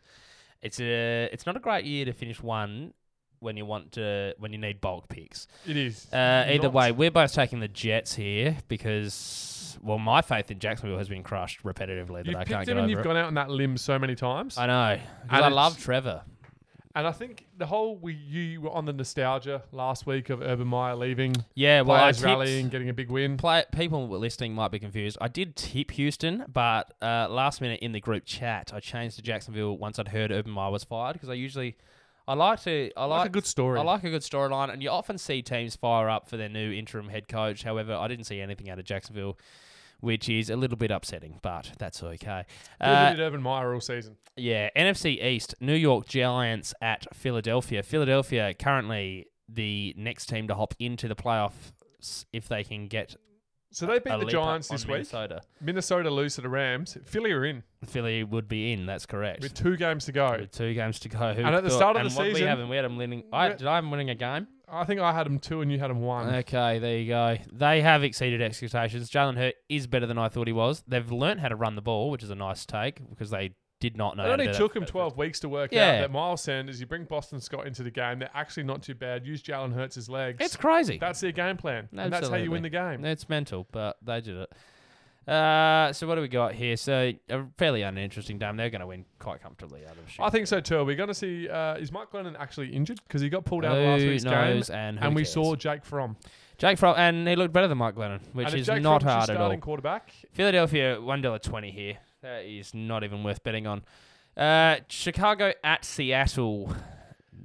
it's a it's not a great year to finish one when you want to when you need bulk picks.
It is.
Uh, either
not-
way, we're both taking the Jets here because well, my faith in Jacksonville has been crushed repetitively that
you've
I
picked
can't get
him and you've
over it.
gone out on that limb so many times.
I know 'cause I
it's-
love Trevor.
and I think the whole we you were on the nostalgia last week of Urban Meyer leaving,
Yeah, well, I
players
tipped,
rallying, getting a big win.
play, people listening might be confused. I did tip Houston, but uh, last minute in the group chat, I changed to Jacksonville once I'd heard Urban Meyer was fired because I usually I like to I
Like a
like,
good story.
I like a good storyline, and you often see teams fire up for their new interim head coach. However, I didn't see anything out of Jacksonville. Which is a little bit upsetting, but that's okay.
Neither
Uh,
did Urban Meyer all season.
yeah, NFC East, New York Giants at Philadelphia. Philadelphia currently the next team to hop into the playoffs if they can get
So they beat
a
the
leap
Giants
up on
this week.
Minnesota.
Minnesota lose to the Rams. Philly are in
Philly would be in. That's correct.
with two games to go.
With two games to go. Who
And at the
thought-
start of the
and what we
season-
have, and we had them winning. I,
Yeah.
did I have them winning a game?
I think I had them two and you had them one.
Okay, there you go. They have exceeded expectations. Jalen Hurt is better than I thought he was. They've learnt how to run the ball, which is a nice take because they did not know.
it
how to
only
do that
took him
at first.
12 weeks to work out
Yeah.
that Miles Sanders, you bring Boston Scott into the game, they're actually not too bad. Use Jalen Hurts' legs.
It's crazy.
that's their game plan. And that's how you win the game.
It's mental, but they did it. Uh, so what do we got here? So a fairly uninteresting game. They're going to win quite comfortably out of
I
shoot.
think so too. We're going to see, uh, is Mike Glennon actually injured? Because he got pulled out of last
Who
week's game.
knows and who
And we
cares?
saw Jake Fromm.
Jake Fromm, and he looked better than Mike Glennon, which
and if
is
Jake
not
Fromm's your
hard at all.
starting quarterback.
Philadelphia, one dollar twenty here. That is not even worth betting on. Uh, Chicago at Seattle.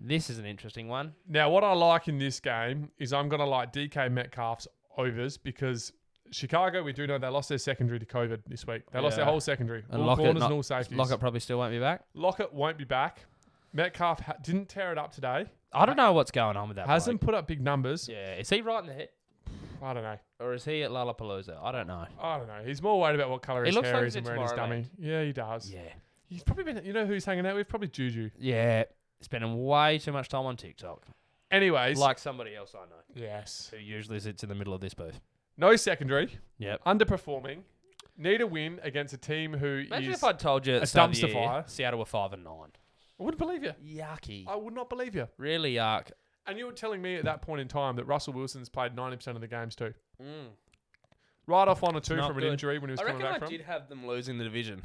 This is an interesting one.
Now, what I like in this game is I'm going to like DK Metcalf's overs because Chicago, we do know they lost their secondary to COVID this week. They lost their
Yeah.
whole secondary,
And
all
Lockett
corners
not-
and all safeties.
Lockett probably still won't be back.
Lockett won't be back. Metcalf ha- didn't tear it up today.
I don't know what's going on with that.
Hasn't
Hasn't.
put up big numbers.
Yeah, is he right in the head?
I don't know.
Or is he at Lollapalooza? I don't know.
I don't know. He's more worried about what color
He
his
looks
hair
like
is
he's a
and wearing his dummy.
Tomorrowland.
Yeah, he does.
Yeah.
He's probably been. You know who he's hanging out with? Probably Juju.
Yeah. Spending way too much time on TikTok.
Anyways.
Like somebody else I know
yes.
who usually sits in the middle of this booth.
No secondary.
Yep.
Underperforming. Need a win against a team who
Imagine
is.
if I told you at
a
the start of the
dumpster
year,
fire.
Seattle were five and nine.
I wouldn't believe you.
Yucky.
I would not believe you.
Really yuck.
And you were telling me at that point in time that Russell Wilson's played 90% of the games too.
Mm.
Right off on a two
Not
from
good.
an injury when he was
I
coming
reckon
back
I
from.
did have them losing the division.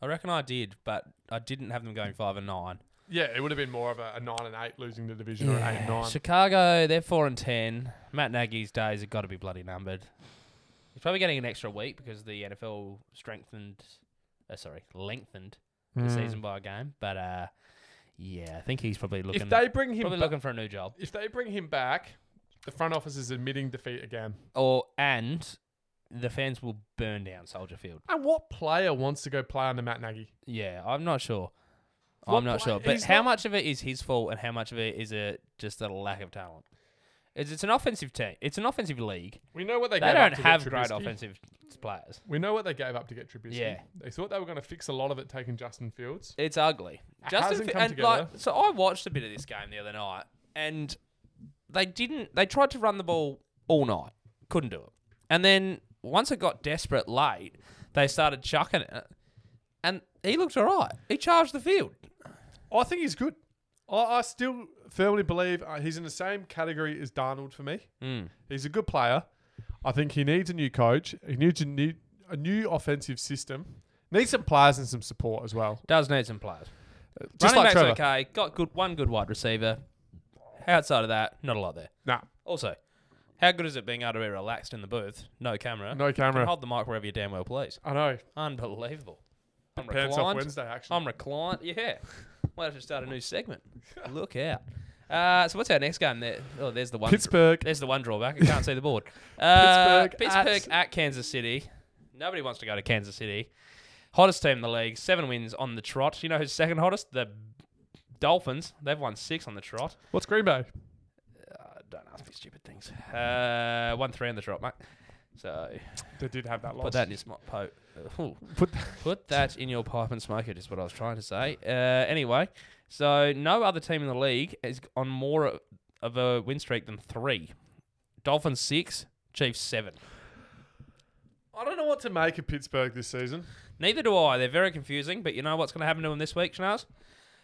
I reckon I did, but I didn't have them going five and nine.
Yeah, it would have been more of a, a nine and eight losing the division or an eight and nine.
Chicago, they're four and ten. Matt Nagy's days have got to be bloody numbered. He's probably getting an extra week because the NFL strengthened, uh, sorry, lengthened
Hmm.
the season by a game. But uh, yeah, I think he's probably looking
If they bring him,
probably
ba-
looking for a new job.
if they bring him back, the front office is admitting defeat again.
Or and the fans will burn down Soldier Field.
And what player wants to go play under Matt Nagy?
Yeah, I'm not sure.
What
I'm not
play-
sure. But
he's
how
not-
much of it is his fault and how much of it is a just a lack of talent? It's, it's an offensive team. It's an offensive league.
We know what they,
They,
gave
don't
up to
have
get
great
Trubisky.
offensive players.
We know what they gave up to get Trubisky.
Yeah.
they thought they were going to fix a lot of it taking Justin Fields.
It's ugly.
It
Justin
hasn't
Fi-
come
and
together.
like so I watched a bit of this game the other night and they didn't they tried to run the ball all night. Couldn't do it. And then once it got desperate late, they started chucking it. And he looked alright. He charged the field.
I think he's good. I, I still firmly believe uh, he's in the same category as Darnold for me.
Hmm.
He's a good player. I think he needs a new coach. He needs a new, a new offensive system. Needs some players and some support as well.
Does need some players.
Just
Running
like
back's
Trevor.
okay. Got good one good wide receiver. Outside of that, not a lot there.
Nah,
Also, how good is it being able to be relaxed in the booth? No camera.
no
Can
camera.
hold the mic wherever you damn well please.
I know.
Unbelievable. I'm
Pants off
reclined.
Wednesday, actually.
I'm reclined. Yeah. Might have to start a new
(laughs)
segment. Look out. Uh, so what's our next game? There. Oh, there's the one.
Pittsburgh.
There's the one drawback. I can't see the board. (laughs) Uh,
Pittsburgh
Pittsburgh,
at-
at, Kansas City. Nobody wants to go to Kansas City. Hottest team in the league. Seven wins on the trot. You know who's second hottest? The Dolphins. They've won six on the trot.
What's Green Bay?
Uh, don't ask me stupid things. Uh, one three on the trot, mate. So
They did have that loss.
put that in your smart po- uh, Ooh.
(laughs) Put that-
Put that in your pipe and smoke it is what I was trying to say. Uh, anyway, so no other team in the league is on more o- of a win streak than three. Dolphins six, Chiefs seven.
I don't know what to make of Pittsburgh this season.
Neither do I. They're very confusing, but you know what's going to happen to them this week, Schnaz?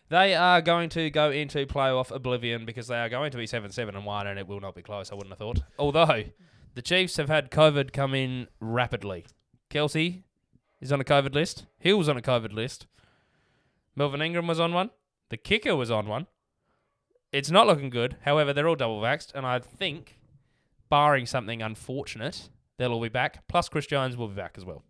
They are going to go into playoff oblivion because they are going to be seven seven and one, and it will not be close. I wouldn't have thought. Although the Chiefs have had COVID come in rapidly. Kelsey is on a COVID list. Hill's on a COVID list. Melvin Ingram was on one. The kicker was on one. It's not looking good. However, they're all double vaxxed, and I think, barring something unfortunate, they'll all be back. Plus, Chris Jones will be back as well.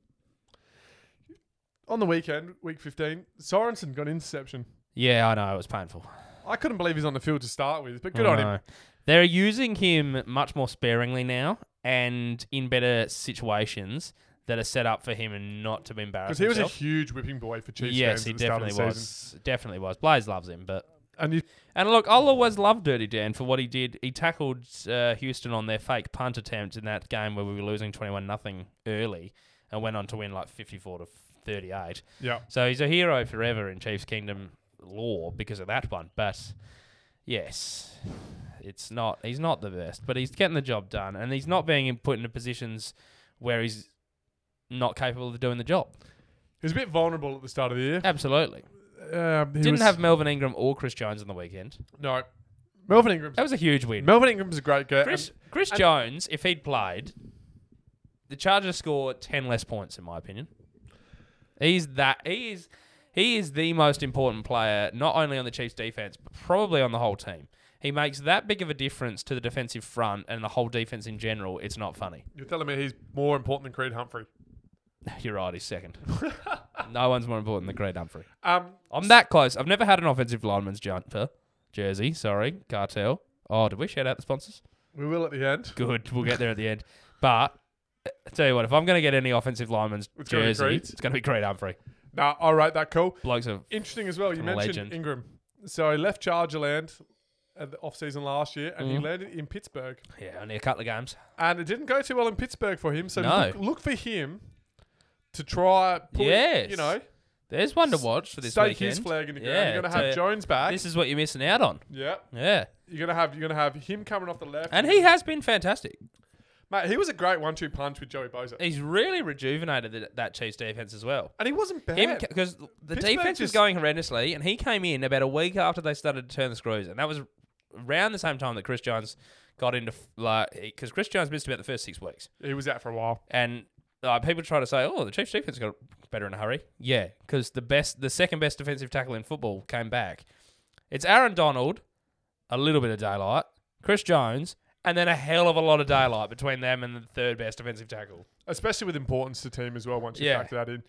On the weekend, week 15, Sorensen got an interception.
Yeah, I know. It was painful.
I couldn't believe he's on the field to start with, but good
I
on him.
know. Oh, They're using him much more sparingly now and in better situations that are set up for him and not to be
Because
embarrassed.
he was a
himself.
huge whipping boy for Chiefs
yes,
fans
he
at the start of
definitely
the
was.
season.
Definitely was. Blaze loves him, but
And he,
and look, I'll always love Dirty Dan for what he did. He tackled uh, Houston on their fake punt attempt in that game where we were losing twenty-one nothing early, and went on to win like fifty-four to thirty-eight.
yeah.
So he's a hero forever in Chiefs Kingdom lore because of that one. But yes, it's not. He's not the best, but he's getting the job done, and he's not being put into positions where he's not capable of doing the job.
He was a bit vulnerable at the start of the year.
Absolutely.
Um, he
Uh, Didn't
was-
have Melvin Ingram or Chris Jones on the weekend.
No. Melvin Ingram's,
That was a huge win.
Melvin Ingram's a great guy.
Chris Chris
Uh, um, and-
Jones, if he'd played, the Chargers score ten less points in my opinion. He's that he is he is the most important player not only on the Chiefs defense but probably on the whole team. He makes that big of a difference to the defensive front and the whole defense in general. It's not funny. (laughs)
You're telling me he's more important than Creed Humphrey.
You're right. He's second. no one's more important than Creed Humphrey.
Um,
I'm that close. I've never had an offensive lineman's jumper jersey. Sorry, cartel. Oh, did we shout out the sponsors?
we will at the end.
good. We'll get there at the end. But uh, tell you what, if I'm going to get any offensive lineman's
It's gonna be
jersey,
Creed.
it's going to be Creed Humphrey.
Nah, all right, that cool.
Blokes are
Interesting as well. You
Fucking
mentioned
legend.
Ingram. So he left Charger land, at the off season last year, and he
Mm-hmm.
landed in Pittsburgh.
Yeah, only a couple of games.
And it didn't go too well in Pittsburgh for him. So
No.
look, look for him to try, put,
Yes.
you know,
There's one to watch for this
stake
weekend.
his flag in the ground.
Yeah,
you're gonna have
to-
Jones back.
This is what you're missing out on.
yeah,
Yeah,
you're gonna have you're gonna have him coming off the left.
and he has been fantastic.
mate, he was a great one-two punch with Joey Bosa,
He's really rejuvenated the, that Chiefs defense as well.
and he wasn't bad.
Him because the
Pittsburgh
defense was
just-
going horrendously, and he came in about a week after they started to turn the screws, and that was around the same time that Chris Jones got into f- like because Chris Jones missed about the first six weeks,
he was out for a while.
and uh, people try to say, "Oh, the Chiefs defense got better in a hurry." Yeah, because the best, the second best defensive tackle in football came back. It's Aaron Donald, a little bit of daylight, Chris Jones, and then a hell of a lot of daylight between them and the third best defensive tackle.
especially with importance to team as well. Once you
Yeah.
factor that in.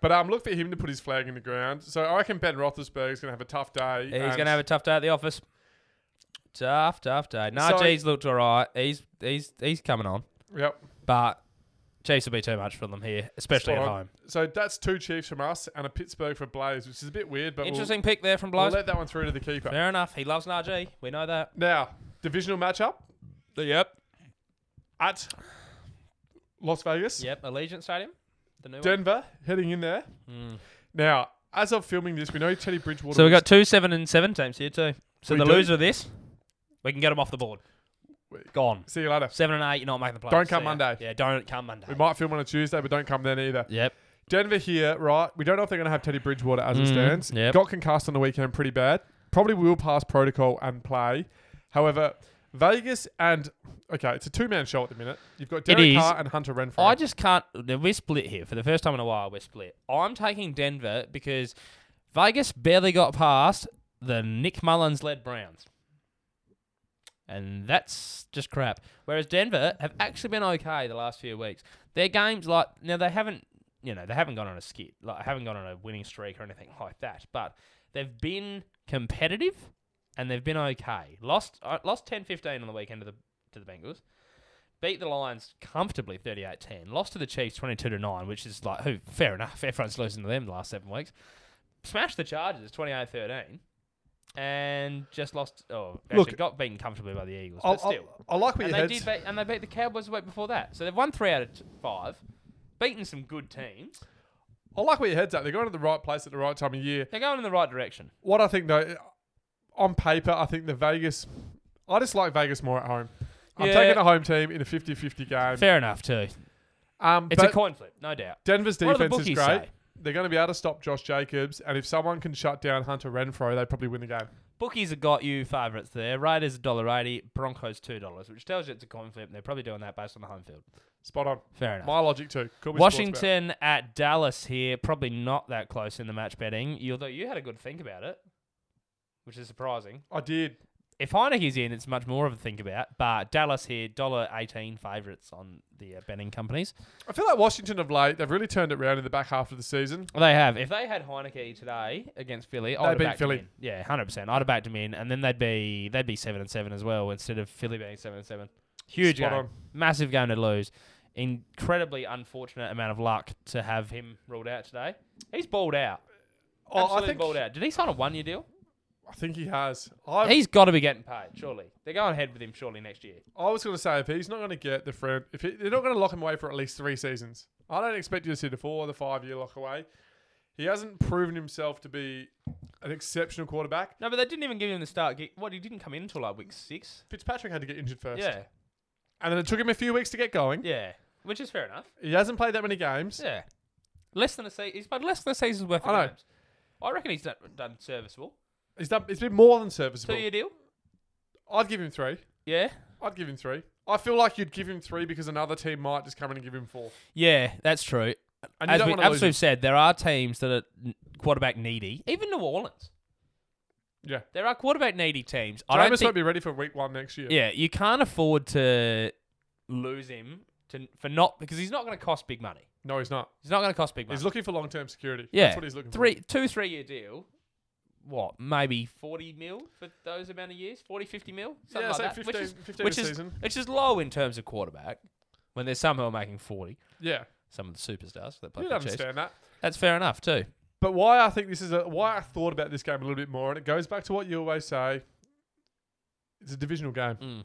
But um, look for him to put his flag in the ground. So I reckon Ben Roethlisberger's going to have a tough day.
He's going to have a tough day at the office. Tough, tough day. Najee's looked all right. He's he's he's coming on,
Yep.
but Chiefs will be too much for them here, especially
Spot
at
on.
home.
So that's two Chiefs from us and a Pittsburgh for Blaze, which is a bit weird, but we'll-
Interesting pick there from
we'll,
Blows.
let that one through to the keeper.
Fair enough. He loves Najee. We know that.
Now, divisional matchup
Yep.
at Las Vegas.
Yep. Allegiant Stadium. The new
Denver heading in there.
one. Hmm.
Now, as of filming this, we know Teddy Bridgewater.
So we
was-
got two seven and seven teams here too. So
We
the
do.
loser of this, we can get them off the board.
We-
Gone.
See you later.
Seven and eight. You're not making the playoffs.
Don't come
See ya.
Monday.
Yeah. Don't come Monday.
We might film on a Tuesday, but don't come then either.
Yep.
Denver here, right? We don't know if they're going to have Teddy Bridgewater as it
Mm,
stands.
yep.
Got concussed on the weekend pretty bad. Probably will pass protocol and play. However, Vegas and okay, it's a two-man show at the minute. You've got
It
Derek
is.
Carr and Hunter Renfro.
I just can't. We're split here for the first time in a while. We're split. I'm taking Denver because Vegas barely got past the Nick Mullins led Browns, and that's just crap. Whereas Denver have actually been okay the last few weeks. Their games, like now, they haven't. You know, they haven't gone on a skid. Like, haven't gone on a winning streak or anything (laughs) like that. But they've been competitive, and they've been okay. Lost, uh, lost 10-15 on the weekend to the to the Bengals beat the Lions comfortably 38-10, lost to the Chiefs 22 to 9, which is like who fair enough. (laughs) Everyone's losing to them the last 7 weeks. Smashed the Chargers 28-13 and just lost oh actually
Look-
got beaten comfortably by the Eagles,
I,
but still.
I, I like where
and
your
they
head's.
did beat, and they beat the Cowboys the week before that. So they've won 3 out of t- 5, beaten some good teams.
I like where your head's at. They're going to the right place at the right time of year.
They're going in the right direction.
What I think though, on paper, I think the Vegas. I just like Vegas more at home. I'm
Yeah.
taking a home team in a 50-50 game.
Fair enough too.
Um,
It's
but
a coin flip, no doubt.
Denver's
What do the
defense is
bookies
great.
say?
They're going to be able to stop Josh Jacobs, and if someone can shut down Hunter Renfro, they probably win the game.
Bookies have got you favourites there. Raiders $1.80, Broncos $2, which tells you it's a coin flip. and They're probably doing that based on the home field.
Spot on.
Fair enough.
My logic too. Call me sports
Washington at Dallas here, probably not that close in the match betting. You, although you had a good think about it, which is surprising.
bet. I did.
If Heineke's in, it's much more of a think about. But Dallas here, dollar eighteen favourites on the uh, betting companies.
I feel like Washington of late, they've really turned it around in the back half of the season.
Well, they have. If they had Heineke today against Philly, I'd have
beat
backed
Philly.
Him in. Yeah, hundred percent. I'd have backed him in, and then they'd be they'd be seven and seven as well instead of Philly being seven and seven. Huge
Spot
game,
on.
massive game to lose. Incredibly unfortunate amount of luck to have him ruled out today. He's balled out.
Oh,
Absolutely
I think
balled out. Did he sign a one year deal?
I think he has. I
He's got to be getting paid, surely. They're going ahead with him, surely, next year.
I was going to say if he's not going to get the friend, if he, they're not going to lock him away for at least three seasons, I don't expect you to see the four or the five year lock away. He hasn't proven himself to be an exceptional quarterback.
No, but they didn't even give him the start. gig- What, he didn't come in until like week six?
Fitzpatrick had to get injured first,
Yeah.
and then it took him a few weeks to get going.
Yeah. Which is fair enough.
He hasn't played that many games.
Yeah. Less than a season. He's played less than a season's worth of
I know.
games. I reckon he's done, done serviceable.
He's done. It's been more than
Two
serviceable.
year deal?
I'd give him three.
Yeah.
I'd give him three. I feel like you'd give him three because another team might just come in and give him four.
Yeah, that's true.
And you
As,
don't
we,
want to
as
lose him.
we've said, there are teams that are n- quarterback needy. Even New Orleans.
Yeah.
There are quarterback needy teams. I don't
Jameis
think
won't be ready for week one next year.
Yeah, you can't afford to lose him to for not because he's not going to cost big money.
No, he's not.
He's not going to cost big money.
He's looking for long term security.
yeah,
That's what he's looking
three,
for.
two, three year deal. What, maybe 40 mil for those amount of years? 40, 50 mil? Something
Yeah,
like
say
that.
15,
which is,
15
which
a
is,
season.
which is low in terms of quarterback when they're somehow making 40.
Yeah.
Some of the superstars that play
You'd
for the Chiefs.
understand that.
That's fair enough, too.
But why I think this is a why I thought about this game a little bit more, and it goes back to what you always say. It's a divisional game.
Mm.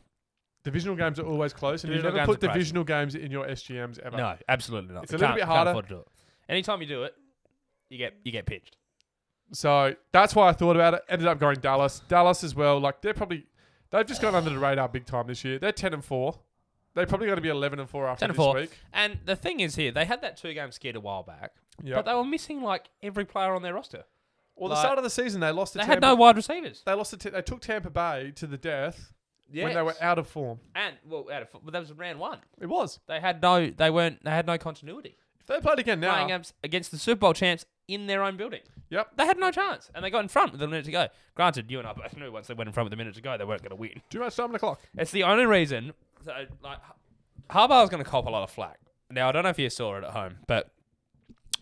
Divisional games are always close, and
Divisional
you never
games
put
are crazy.
divisional games in your SGMs ever.
Mm. No, absolutely not.
It's a
They
little
can't-
bit
can't
harder.
afford to do it. Anytime you do it, you get you get pinched.
So that's why I thought about it. Ended up going Dallas. Dallas as well. Like they're probably they've just gone under the radar big time this year. They're ten and four. They're probably going to be eleven and four after
10 and
this
four.
week.
And the thing is here, they had that two game skid a while back,
Yeah.
but they were missing like every player on their roster.
well, the
like-
start of the season they lost. To
They
Tampa,
had no wide receivers.
They lost. To, T- they took Tampa Bay to the death when they were
Yes.
out of form.
and well, out of, but that was round one.
It was.
They had no, they weren't, they had no continuity.
If they played again now,
Playing against- against the Super Bowl champs in their own building,
yep.
they had no chance, and they got in front with a minute to go. Granted, you and I both knew once they went in front with a minute to go, they weren't going to win.
Too much time on the clock.
It's the only reason. That, uh, like, Harbaugh's going to cop a lot of flack. Now I don't know if you saw it at home, but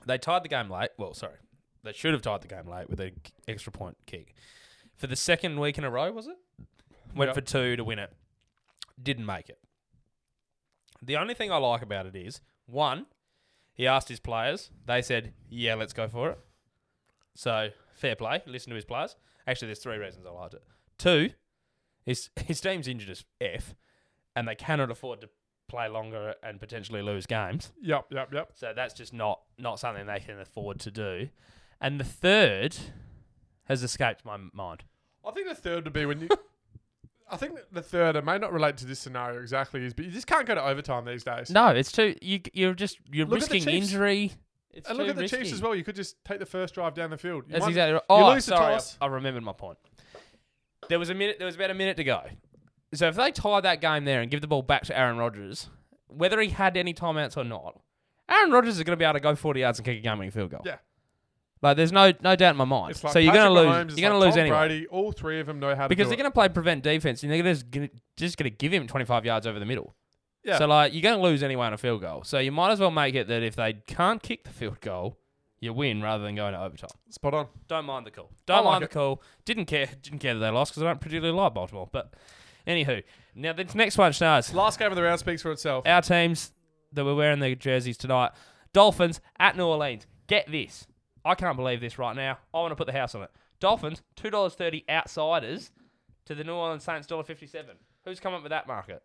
they tied the game late. Well, sorry, they should have tied the game late with an extra point kick. For the second week in a row, was it? Went
Yep.
for two to win it. Didn't make it. The only thing I like about it is one, he asked his players. They said, "Yeah, let's go for it." So fair play. Listen to his players. Actually, there's three reasons I liked it. Two, his (laughs) his team's injured as f, and they cannot afford to play longer and potentially lose games.
Yep. Yep. Yep.
So that's just not not something they can afford to do. And the third has escaped my mind.
I think the third would
(laughs)
be when you. I think the third. It may not relate to this scenario exactly, is but you just can't go to overtime these days.
No, it's too you. You're just you're
Look at the
risking
Chiefs.
injury. It's
and look
too
at the Chiefs
risky.
as well. You could just take the first drive down the field. You
That's
might-
exactly right. Oh,
lose the
sorry,
toss.
I, I remembered my point. There was a minute. There was about a minute to go. So if they tie that game there and give the ball back to Aaron Rodgers, whether he had any timeouts or not, Aaron Rodgers is going to be able to go 40 yards and kick a game-winning field goal.
Yeah.
Like there's no no doubt in my mind.
It's like
so you're going to
Patrick
lose.
Mahomes, it's
you're going
like
to lose
Tom
anyway
Brady, all three of them know how to
because
do
they're
it.
going to play prevent defense and they're gonna just gonna, just going to give him 25 yards over the middle.
Yeah.
So like you're going to lose anyway on a field goal. So you might as well make it that if they can't kick the field goal, you win rather than going to overtime.
Spot on.
Don't mind the call. Don't
like
mind
it.
the call. Didn't care. Didn't care that they lost because I don't particularly like Baltimore. But anywho, now this next one starts.
Last game of the round speaks for itself.
Our teams that were wearing their jerseys tonight: Dolphins at New Orleans. Get this. I can't believe this right now. I want to put the house on it. Dolphins two dollars thirty outsiders to the New Orleans Saints dollar fifty seven. Who's come up with that market?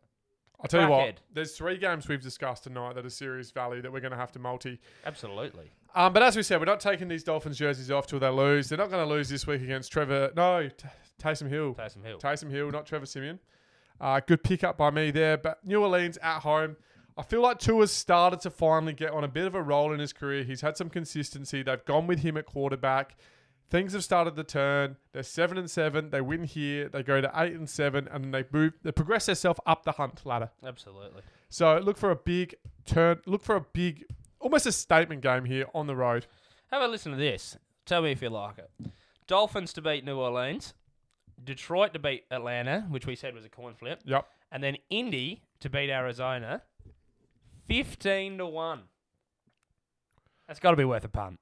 I'll tell you what.
Crackhead.
There's three games we've discussed tonight that are serious value that we're going to have to multi.
Absolutely.
Um, but as we said, we're not taking these Dolphins jerseys off till they lose. They're not going to lose this week against Trevor. No, T- Taysom Hill.
Taysom Hill.
Taysom Hill, not Trevor Simeon. Uh, good pickup by me there. But New Orleans at home. I feel like Tua's started to finally get on a bit of a roll in his career. He's had some consistency. They've gone with him at quarterback. Things have started to turn. They're seven and seven. They win here. They go to eight and seven, and then they move. They progress themselves up the hunt ladder.
Absolutely.
So look for a big turn. Look for a big, almost a statement game here on the road.
Have a listen to this. Tell me if you like it. Dolphins to beat New Orleans, Detroit to beat Atlanta, which we said was a coin flip,
Yep.
and then Indy to beat Arizona, fifteen to one. That's got to be worth a punt.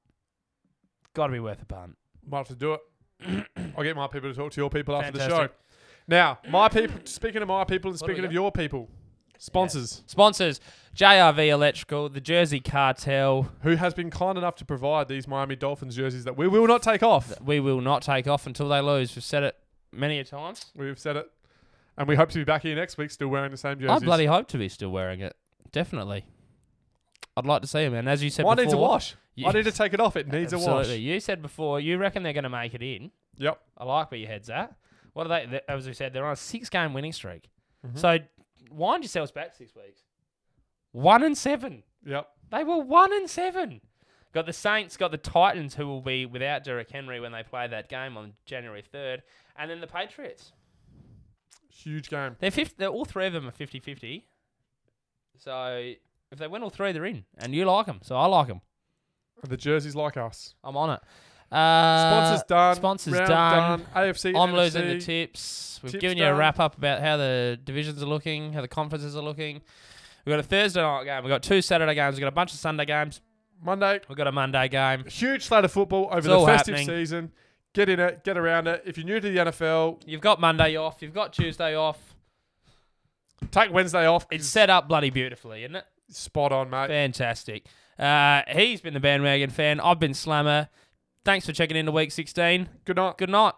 Got to be worth a punt.
Might have to do it. (clears throat) I'll get my people to talk to your people after the show.
Fantastic.
Now, my people. Speaking of my people and
What do we
speaking of
got?
your people, sponsors
Sponsors: JRV Electrical, the Jersey Cartel.
who has been kind enough to provide these Miami Dolphins jerseys that we will not take off.
We will not take off until they lose. We've said it many a times.
We've said it, and we hope to be back here next week still wearing the same jerseys.
I bloody hope to be still wearing it. Definitely. I'd like to see him. And as you said
Mine
before,
needs a wash.
you-
I need to take it off. It needs a
Absolutely.
wash.
You said before you reckon they're going to make it in.
Yep.
I like where your head's at. What are they? th- As we said, they're on a six-game winning streak.
Mm-hmm.
So wind yourselves back six weeks. One and seven.
Yep.
They were one and seven. Got the Saints, got the Titans, who will be without Derrick Henry when they play that game on January third, and then the Patriots.
Huge game.
They're fifth. They're all three of them are 50-50. So if they win all three, they're in. And you like them, so I like them.
The jerseys like us.
I'm on it. Uh,
Sponsors done.
Sponsors
Round
done.
AFC.
I'm
NFC.
losing the tips. We've
Tips
given you a
done.
wrap up about how the divisions are looking, how the conferences are looking. We've got a Thursday night game. We've got two Saturday games. We've got a bunch of Sunday games.
Monday.
We've got a Monday game.
Huge slate of football over
It's
the
all
festive
happening.
season. Get in it. Get around it. If you're new to the NFL,
You've got Monday off. You've got Tuesday off.
take Wednesday off.
It's set up bloody beautifully, isn't it?
spot on, mate.
Fantastic. Uh, he's been the bandwagon fan. I've been Slammer. Thanks for checking in to week 16.
Good night.
Good night.